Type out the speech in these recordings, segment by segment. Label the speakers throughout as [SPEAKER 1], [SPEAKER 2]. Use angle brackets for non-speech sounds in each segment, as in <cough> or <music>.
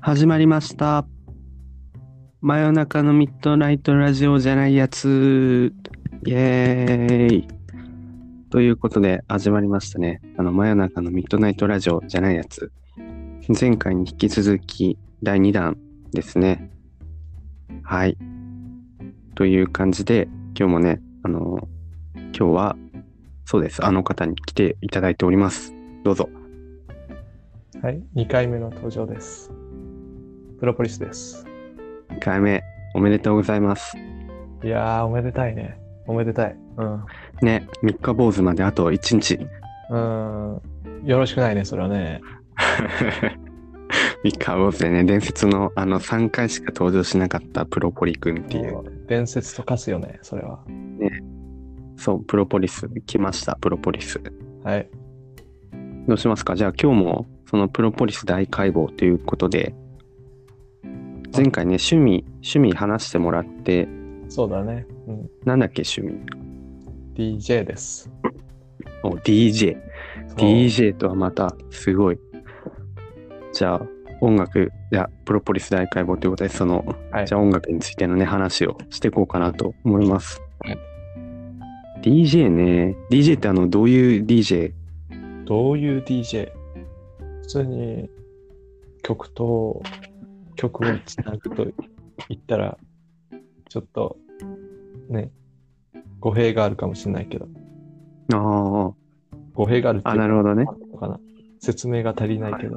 [SPEAKER 1] 始まりました。真夜中のミッドナイトラジオじゃないやつ。イエーイ。ということで始まりましたね。あの、真夜中のミッドナイトラジオじゃないやつ。前回に引き続き第2弾ですね。はい。という感じで、今日もね、あの、今日は、そうです。あの方に来ていただいております。どうぞ。
[SPEAKER 2] はい、2回目の登場です。プロポリスです。
[SPEAKER 1] 1回目、おめでとうございます。
[SPEAKER 2] いやー、おめでたいね。おめでたい。うん。
[SPEAKER 1] ね、三日坊主まであと1日。
[SPEAKER 2] うーん。よろしくないね、それはね。
[SPEAKER 1] 三日坊主でね、伝説のあの3回しか登場しなかったプロポリ君っていう、
[SPEAKER 2] もう伝説と化すよね、それは。
[SPEAKER 1] そう、プロポリス来ました、プロポリス。
[SPEAKER 2] はい。
[SPEAKER 1] どうしますかじゃあ今日もそのプロポリス大解剖ということで、前回ね、趣味、趣味話してもらって、
[SPEAKER 2] そうだね。うん。
[SPEAKER 1] なんだっけ趣味
[SPEAKER 2] DJ です。
[SPEAKER 1] お、DJ。
[SPEAKER 2] そう
[SPEAKER 1] DJ とはまたすごい。じゃあ音楽、いや、プロポリス大解剖ということで、その、
[SPEAKER 2] はい
[SPEAKER 1] じゃあ音楽についてのね、話をしていこうかなと思います。
[SPEAKER 2] はい
[SPEAKER 1] DJ ね、DJ ってあの、どういう DJ?
[SPEAKER 2] どういう DJ? 普通に曲と曲をつなぐと言ったら、ちょっと、ね、語弊があるかもしれないけど、
[SPEAKER 1] あ
[SPEAKER 2] 語弊があるって
[SPEAKER 1] あ、
[SPEAKER 2] い
[SPEAKER 1] あ、な
[SPEAKER 2] うか
[SPEAKER 1] るほどね。
[SPEAKER 2] かな説明が足りないけど、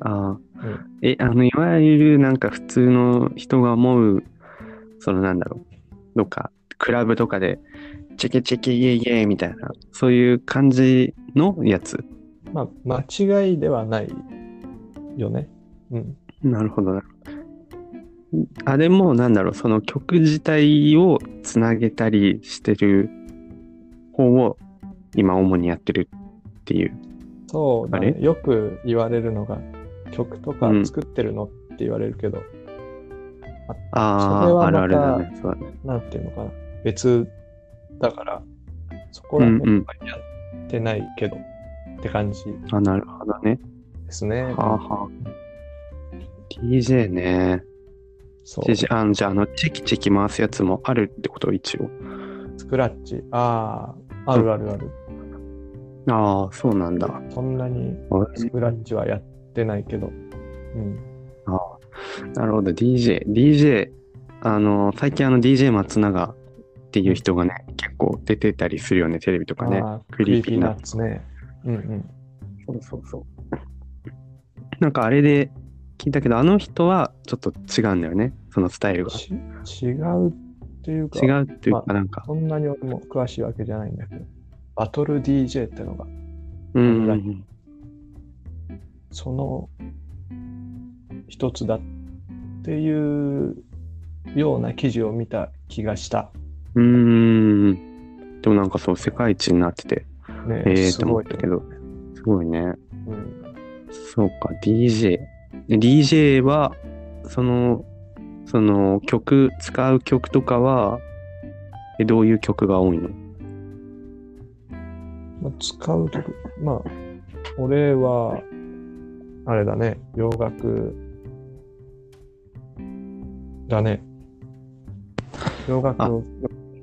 [SPEAKER 1] ああ、
[SPEAKER 2] うん
[SPEAKER 1] え、あの、いわゆるなんか普通の人が思う、そのなんだろう、どっか、クラブとかで、チェケチェケイエイエイみたいな、そういう感じのやつ。
[SPEAKER 2] まあ間違いではないよね。うん。
[SPEAKER 1] なるほどな。あれも、なんだろう、その曲自体をつなげたりしてる方を、今主にやってるっていう。
[SPEAKER 2] そうだ
[SPEAKER 1] あ
[SPEAKER 2] ね。
[SPEAKER 1] れ
[SPEAKER 2] よく言われるのが曲とか
[SPEAKER 1] うん
[SPEAKER 2] 作ってるのって言われるけど、
[SPEAKER 1] あ
[SPEAKER 2] それ
[SPEAKER 1] あ、あ
[SPEAKER 2] は
[SPEAKER 1] る
[SPEAKER 2] ま
[SPEAKER 1] あ
[SPEAKER 2] た
[SPEAKER 1] るだね。そうだね
[SPEAKER 2] なんていうのかな別だからそこら辺はやってないけど、って感じ
[SPEAKER 1] あ、なるほどね。
[SPEAKER 2] ですね。
[SPEAKER 1] はあはあ。DJ ね。
[SPEAKER 2] そう
[SPEAKER 1] じじあのじゃあ、あの、チェキチェキ回すやつもあるってこと、一応。
[SPEAKER 2] スクラッチ。ああ、あるあるある。
[SPEAKER 1] ああ、そうなんだ。
[SPEAKER 2] そんなにスクラッチはやってないけど。うん。
[SPEAKER 1] なるほど、DJ。DJ、あの、最近あの、DJ 松永っていう人がね、結構出てたりするよね、テレビとかね。
[SPEAKER 2] ああ
[SPEAKER 1] ク
[SPEAKER 2] ク
[SPEAKER 1] リ
[SPEAKER 2] リ
[SPEAKER 1] ー
[SPEAKER 2] ー
[SPEAKER 1] ピ
[SPEAKER 2] ピ
[SPEAKER 1] ー
[SPEAKER 2] ー
[SPEAKER 1] ナ
[SPEAKER 2] ナ
[SPEAKER 1] ッ
[SPEAKER 2] ッツね。うんうん。
[SPEAKER 1] そうそうそう。なんかあれで聞いたけど、あの人はちょっと違うんだよね、そのスタイルが。
[SPEAKER 2] ち違うっていうか、
[SPEAKER 1] 違うっていう
[SPEAKER 2] ま
[SPEAKER 1] か、なんか。
[SPEAKER 2] そんなに俺も詳しいわけじゃないんだけど、バトル DJ ってのが、
[SPEAKER 1] うんうんうん。
[SPEAKER 2] その一つだっていうような記事を見た気がした。
[SPEAKER 1] うーん。でもなんかそう、世界一になってて、
[SPEAKER 2] ね
[SPEAKER 1] ええー、
[SPEAKER 2] す
[SPEAKER 1] と思
[SPEAKER 2] ご
[SPEAKER 1] っ
[SPEAKER 2] い
[SPEAKER 1] た
[SPEAKER 2] よ
[SPEAKER 1] けど、すごいね。
[SPEAKER 2] うん。
[SPEAKER 1] そうか、DJ。で DJ は、その、その曲、使う曲とかは、えどういう曲が多いの
[SPEAKER 2] まあ、使うとこ、まあ、俺は、あれだね、洋楽だね。洋楽を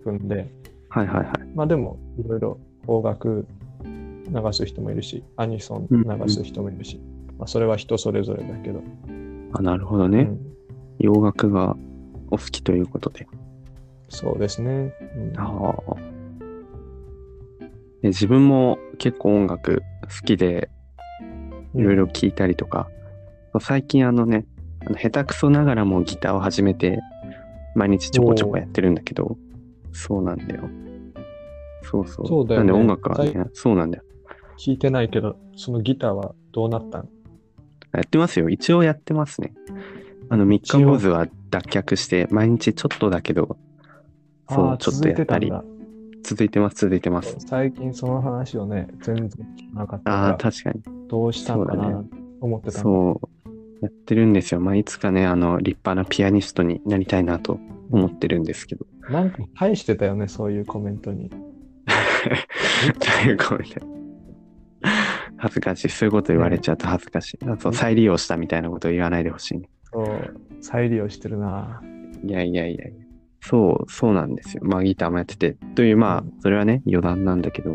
[SPEAKER 2] 組んで、
[SPEAKER 1] はいはいはい。
[SPEAKER 2] まあでも、いろいろ邦楽流す人もいるし、アニソン流す人もいるし、まあそれは人それぞれだけど、
[SPEAKER 1] あ、なるほど
[SPEAKER 2] う
[SPEAKER 1] ね。
[SPEAKER 2] ん
[SPEAKER 1] 洋楽がお好きということで。
[SPEAKER 2] そうですね。うん
[SPEAKER 1] ああ。で自分も結構音楽好きで、いろいろ聴いたりとか、最近あのね、あの下手くそながらもギターを始めて、毎日ちょこちょこやってるんだけど、そうなんだよ。そうそう。
[SPEAKER 2] そうだよね
[SPEAKER 1] なんで音楽はね、そうなんだよ。
[SPEAKER 2] 聞いてないけど、そのギターはどうなったん
[SPEAKER 1] やってますよ。一応やってますね。あの、三日坊主は脱却して、毎日ちょっとだけど、そ
[SPEAKER 2] あ
[SPEAKER 1] う、
[SPEAKER 2] あ
[SPEAKER 1] ちょっとやったり、
[SPEAKER 2] 続い
[SPEAKER 1] 続いて
[SPEAKER 2] て
[SPEAKER 1] ます、続いてま
[SPEAKER 2] たん
[SPEAKER 1] す
[SPEAKER 2] だ。最近その話をね、全然聞かなかった
[SPEAKER 1] ああ、
[SPEAKER 2] から、
[SPEAKER 1] 確かに。
[SPEAKER 2] どうしたのか
[SPEAKER 1] そう
[SPEAKER 2] な
[SPEAKER 1] だ
[SPEAKER 2] と思ってたの
[SPEAKER 1] そう。やってるんですよ。まあ、いつかね、あの、立派なピアニストになりたいなと思ってるんですけど。
[SPEAKER 2] なんか返してたよね、そういうコメントに。
[SPEAKER 1] ということで恥ずかしい。そういうこと言われちゃうと恥ずかしい。あと、再利用したみたいなこと言わないでほしいね。
[SPEAKER 2] そう、再利用してるな。
[SPEAKER 1] いやいやいやいや。そう、そうなんですよ。まあ、ギターもやってて。という、まあ
[SPEAKER 2] うん、
[SPEAKER 1] それはね、余談なんだけど。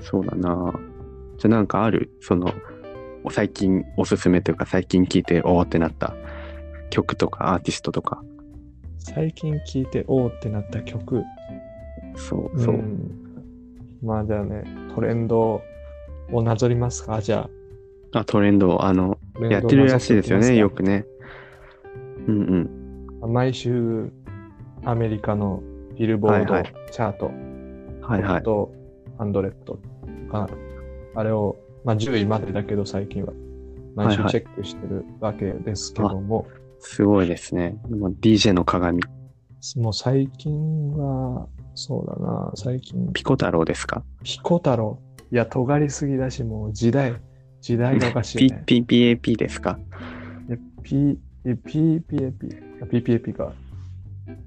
[SPEAKER 1] そうだな。じゃあ、なんかあるその、最近おすすめというか、最近聞いて、おーってなった曲とかアーティストとか。
[SPEAKER 2] 最近聴いて、おおってなった曲。
[SPEAKER 1] そう、そう。
[SPEAKER 2] んまあじゃあね、トレンドをなぞりますかじゃあ。
[SPEAKER 1] あ、トレンド、あの、
[SPEAKER 2] トレンドを
[SPEAKER 1] やってるらしいですよね、よ
[SPEAKER 2] なぞっ
[SPEAKER 1] くね。うんうん。
[SPEAKER 2] ていきますか。毎週、アメリカのビルボー
[SPEAKER 1] は
[SPEAKER 2] ド
[SPEAKER 1] いはい
[SPEAKER 2] チャート、
[SPEAKER 1] はいはい。
[SPEAKER 2] とハンドレットとか、あれを、まあ10位までだけど最近は、毎週
[SPEAKER 1] はいはい
[SPEAKER 2] チェックしてるわけですけども、
[SPEAKER 1] すごいですね。まあ DJ の鏡。
[SPEAKER 2] もう最近は、そうだな、最近、
[SPEAKER 1] ピコ太郎ですか
[SPEAKER 2] 彦太郎。いや、尖りすぎだし、もう時代、時代がおかしい、
[SPEAKER 1] ピピ
[SPEAKER 2] ね。
[SPEAKER 1] ?PAP ですか
[SPEAKER 2] いや、P、いや P、P、A、P、あ P、P、A、P か。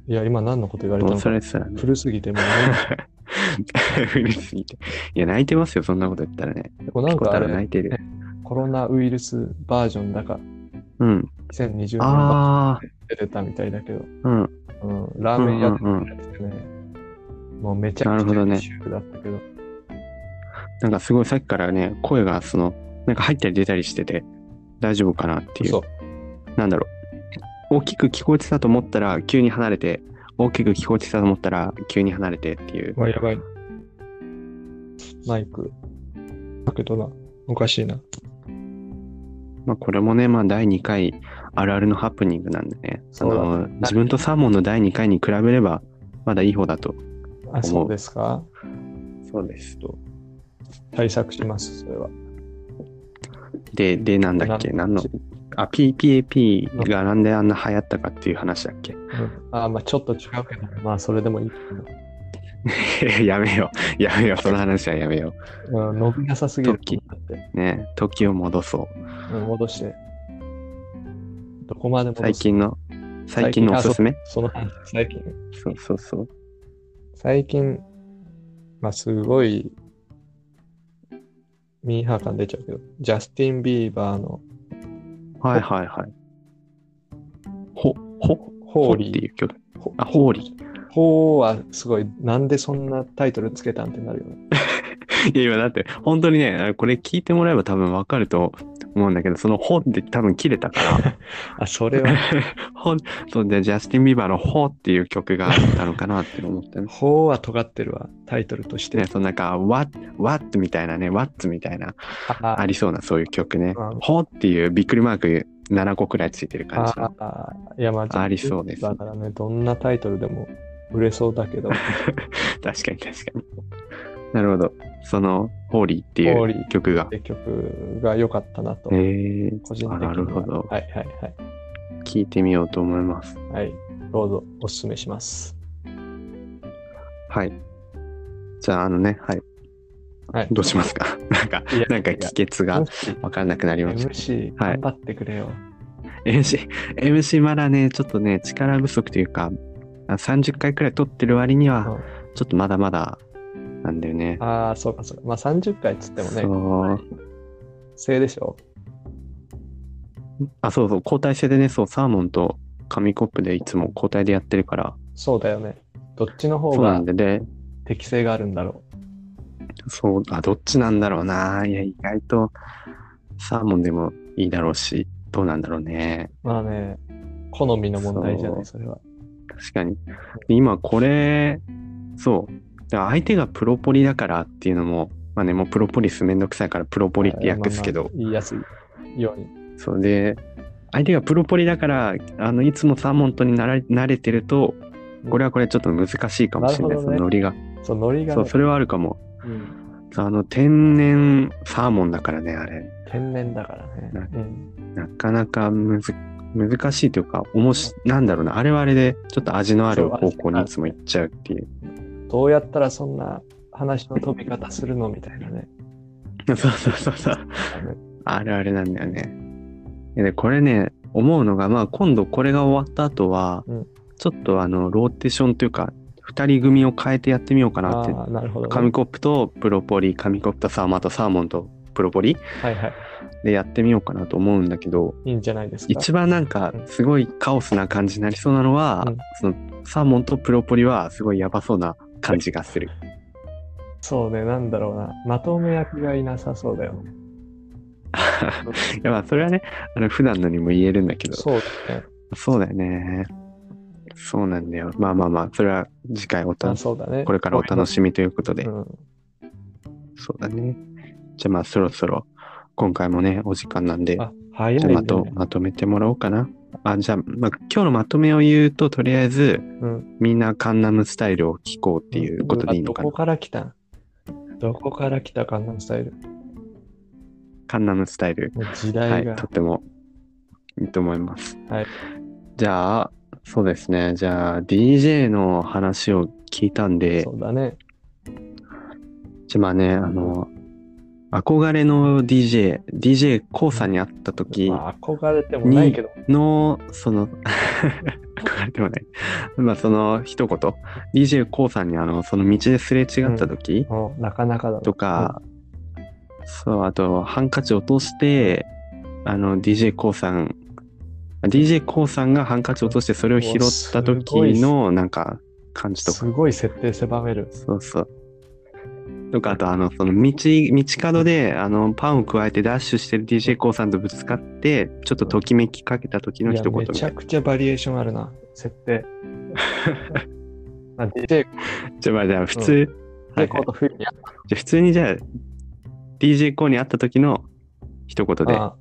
[SPEAKER 2] いや、今何のこと言われた
[SPEAKER 1] も
[SPEAKER 2] の
[SPEAKER 1] うそ
[SPEAKER 2] か。
[SPEAKER 1] れすらね。
[SPEAKER 2] 古すぎてもう
[SPEAKER 1] 古すぎて。 <laughs> いや、泣いてますよ、そんなこと言ったらね。 <laughs>
[SPEAKER 2] 何も、な
[SPEAKER 1] ピ
[SPEAKER 2] ん
[SPEAKER 1] コ
[SPEAKER 2] かあ
[SPEAKER 1] 太郎泣
[SPEAKER 2] れ、
[SPEAKER 1] いてる。
[SPEAKER 2] コロナウイルスバージョンだか、
[SPEAKER 1] うん。
[SPEAKER 2] 2020年版
[SPEAKER 1] あ
[SPEAKER 2] で出たみたいだけど、
[SPEAKER 1] あ、うん。
[SPEAKER 2] うん、ラーメン屋
[SPEAKER 1] うんうんうん
[SPEAKER 2] でね、もうめちゃ
[SPEAKER 1] なるほ
[SPEAKER 2] くちゃ
[SPEAKER 1] どね
[SPEAKER 2] シュールだったけど、
[SPEAKER 1] なんかすごいさっきからね、声がその、なんか入ったり出たりしてて、大丈夫かなっていう。
[SPEAKER 2] そう、
[SPEAKER 1] なんだろう。大きく聞こえてたと思ったら、急に離れて、大きく聞こえてたと思ったら、急に離れてっていう。
[SPEAKER 2] まあ、やばい。マイク。だけどな、おかしいな。
[SPEAKER 1] まあ、これもね、まあ、第2回あるあるのハプニングなんでね、あ
[SPEAKER 2] そうだ
[SPEAKER 1] の自分とサーモンの第2回に比べれば、まだいい方だと。
[SPEAKER 2] あ、そうですか
[SPEAKER 1] そうです。
[SPEAKER 2] 対策します、それは。
[SPEAKER 1] で、で、なんだっけ、何の、あ、PPAP がなんであんな流行ったかっていう話だっけ。 <laughs>
[SPEAKER 2] うんあ、まあちょっと違うけど、まあそれでもいいけど。
[SPEAKER 1] やめよう、やめよう、その話はやめよ
[SPEAKER 2] うん、伸びなさすぎる
[SPEAKER 1] 時
[SPEAKER 2] だって、
[SPEAKER 1] う。ね、時を戻そう。
[SPEAKER 2] うん、戻して。どこまで戻す
[SPEAKER 1] 最近の、最近のおすすめ
[SPEAKER 2] その話、最近。
[SPEAKER 1] そうそうそう。
[SPEAKER 2] 最近、まあすごい、ミーハー感出ちゃうけど、ジャスティン・ビーバーの
[SPEAKER 1] はいはいはい。ほ、ほ、
[SPEAKER 2] ホー
[SPEAKER 1] ってい
[SPEAKER 2] リ
[SPEAKER 1] う曲。
[SPEAKER 2] ー。ホ
[SPEAKER 1] あ、ホーリ
[SPEAKER 2] ホーはすごい、なんでそんなタイトルつけたんってなるよね。
[SPEAKER 1] いや、今だって、本当にね、あのこれ聞いてもらえば多分わかると思うんだけど、そのほって多分切れたから、
[SPEAKER 2] あ、それは、
[SPEAKER 1] <laughs> ほ、そうで、ジャスティン・ビーバーのほっていう曲があったのかなって思ったね。
[SPEAKER 2] <laughs> <laughs> ホーは尖ってるわ、タイトルとして。
[SPEAKER 1] ね、そのなんか、わ、わっみたいなね、わっみたいな、
[SPEAKER 2] あ
[SPEAKER 1] ありそうなそういう曲ね
[SPEAKER 2] うん。
[SPEAKER 1] ほっていうびっくりマーク7個くらいついてる感じの。
[SPEAKER 2] あーいやまあ
[SPEAKER 1] ありそうです
[SPEAKER 2] だからね、どんなタイトルでも売れそうだけど、ホ
[SPEAKER 1] <laughs> 確かに確かに。なるほど。その、ホーリーってい
[SPEAKER 2] ーリ
[SPEAKER 1] う
[SPEAKER 2] ー
[SPEAKER 1] 曲が
[SPEAKER 2] っ。て曲が良かったなと、
[SPEAKER 1] えー、
[SPEAKER 2] 個人的には。
[SPEAKER 1] あなるほど
[SPEAKER 2] はいはい
[SPEAKER 1] 聞いてみようと思います。
[SPEAKER 2] はい。はい、どうぞおすすめします。
[SPEAKER 1] はい。じゃあ、あのね、はい。
[SPEAKER 2] はい
[SPEAKER 1] どうします
[SPEAKER 2] <laughs>
[SPEAKER 1] かなんか、
[SPEAKER 2] いや
[SPEAKER 1] <laughs> なんか帰結
[SPEAKER 2] いや
[SPEAKER 1] がわかんなくなりました。
[SPEAKER 2] MC、
[SPEAKER 1] はい
[SPEAKER 2] 頑張ってくれよ。
[SPEAKER 1] MC、MC まだね、ちょっとね、力不足というか、あ30回くらい撮ってる割には、
[SPEAKER 2] うん
[SPEAKER 1] ちょっとまだまだなんだよね。
[SPEAKER 2] ああ、そうかそうか。まあ30回っつってもね、
[SPEAKER 1] そう。
[SPEAKER 2] せいでしょ。
[SPEAKER 1] あ、そうそう、交代制でね、そう、サーモンと紙コップでいつも交代でやってるから、
[SPEAKER 2] そうだよね。どっちの方
[SPEAKER 1] そうな
[SPEAKER 2] が
[SPEAKER 1] んで、で、
[SPEAKER 2] 適性があるんだろ
[SPEAKER 1] そう、あ、どっちなんだろうな。いや、意外と、サーモンでもいいだろうし、どうなんだろうね。
[SPEAKER 2] う。まあね、好みの問題じゃな
[SPEAKER 1] そ
[SPEAKER 2] い、
[SPEAKER 1] う
[SPEAKER 2] それは。
[SPEAKER 1] 確かに。で今これ、そう。だから相手がプロポリだからっていうのも、まあね、もうプロポリスめんどくさいからプロポリって訳すけど、
[SPEAKER 2] まあまあ言いやすいように。
[SPEAKER 1] そうで、相手がプロポリだから、あの、いつもサーモントになら慣れてると、これはこれちょっと難しいかもしれない。
[SPEAKER 2] なるほどね
[SPEAKER 1] そのノリが。
[SPEAKER 2] そう、ノリが、
[SPEAKER 1] そ
[SPEAKER 2] ね
[SPEAKER 1] う、それはあるかも。
[SPEAKER 2] うん
[SPEAKER 1] あの、天然サーモンだからね、あれ。
[SPEAKER 2] 天然だからね。
[SPEAKER 1] な
[SPEAKER 2] うん、
[SPEAKER 1] なかなかむず難しいというか、おもし、なんだろうな、あれはあれで、ちょっと味のある方向にいつも行っちゃうっていう。
[SPEAKER 2] どうやったらそんな話の飛び方するのみたいなね。
[SPEAKER 1] そうそうそうそう。あるあるなんだよね。で、これね、思うのが、まあ、今度これが終わった後は、
[SPEAKER 2] うん
[SPEAKER 1] ちょっとあの、ローテーションというか、2人組を変えてやってみようか
[SPEAKER 2] あ
[SPEAKER 1] なって。
[SPEAKER 2] あ、なるほど、
[SPEAKER 1] 紙コップとプロポリ、紙コップとサーマーとサーモンとププロポリ
[SPEAKER 2] はいはい。
[SPEAKER 1] でやってみようかなと思うんだけど、
[SPEAKER 2] いいんじゃないですか。
[SPEAKER 1] 一番なんかすごいカオスな感じになりそうなのは、
[SPEAKER 2] うん
[SPEAKER 1] そのサーモンとプロポリはすごいやばそうな感じがする。
[SPEAKER 2] そうね、なんだろうな。まとめ役がいなさそう
[SPEAKER 1] <laughs>
[SPEAKER 2] だよね。
[SPEAKER 1] いやまあそれはねあの普段のにも言えるんだけど
[SPEAKER 2] そうだね。
[SPEAKER 1] そうだよね。そうなんだよ。まあまあまあ、それは次回お
[SPEAKER 2] あ
[SPEAKER 1] た
[SPEAKER 2] そうだね。
[SPEAKER 1] これからお楽しみということで。
[SPEAKER 2] うん。
[SPEAKER 1] そうだね。じゃあまあそろそろ今回もね、お時間なんで、
[SPEAKER 2] あ、早い
[SPEAKER 1] じゃあ
[SPEAKER 2] ね。
[SPEAKER 1] まとまとめてもらおうかな。あじゃあ、まあ、今日のまとめを言うと、とりあえず、
[SPEAKER 2] うん
[SPEAKER 1] みんなカンナムスタイルを聞こうっていうことでいいのか
[SPEAKER 2] あど
[SPEAKER 1] な
[SPEAKER 2] こ。から来たんどこから来たかなスタイル。
[SPEAKER 1] カンナムスタイル。
[SPEAKER 2] もう時
[SPEAKER 1] は
[SPEAKER 2] 代
[SPEAKER 1] い、
[SPEAKER 2] が。
[SPEAKER 1] とってもいいと思います。
[SPEAKER 2] はい
[SPEAKER 1] じゃあ、そうですね。じゃあ、DJ の話を聞いたんで、
[SPEAKER 2] そうだね。
[SPEAKER 1] じゃあまあね、あの、憧れの DJ、DJ コウさんに会った時
[SPEAKER 2] まあ、憧れてもないけど。
[SPEAKER 1] の、その、 <laughs> 憧れてもない。まあその一言、DJ コウさんにあの、その道ですれ違った時
[SPEAKER 2] もうなかなかだな
[SPEAKER 1] とか、そう、あとハンカチ落として、あの、DJ コウさん、DJ コウさんがハンカチ落としてそれを拾った時の、なんか、感じとか
[SPEAKER 2] すごい設定狭める。
[SPEAKER 1] そうそう。とか、あと、あの、その道、道角で、あの、パンを加えてダッシュしてる DJ コウさんとぶつかって、ちょっとときめきかけた時の
[SPEAKER 2] い
[SPEAKER 1] 一
[SPEAKER 2] や
[SPEAKER 1] 言
[SPEAKER 2] め
[SPEAKER 1] み
[SPEAKER 2] ち
[SPEAKER 1] た
[SPEAKER 2] ゃ
[SPEAKER 1] いな。
[SPEAKER 2] くちゃバリエーションあるな、設
[SPEAKER 1] <laughs>
[SPEAKER 2] 定。まあ、DJ
[SPEAKER 1] じゃあ、まあ、じゃあ、普通、はいはい
[SPEAKER 2] コートフィルにあっ
[SPEAKER 1] じゃあ普通に、じゃあ、DJ コウに会った時の一言で
[SPEAKER 2] あ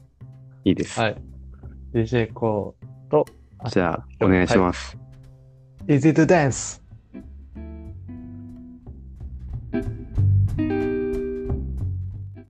[SPEAKER 1] いいです。
[SPEAKER 2] はい。DJ コート。
[SPEAKER 1] じゃあ、お願いします。
[SPEAKER 2] Easy to dance!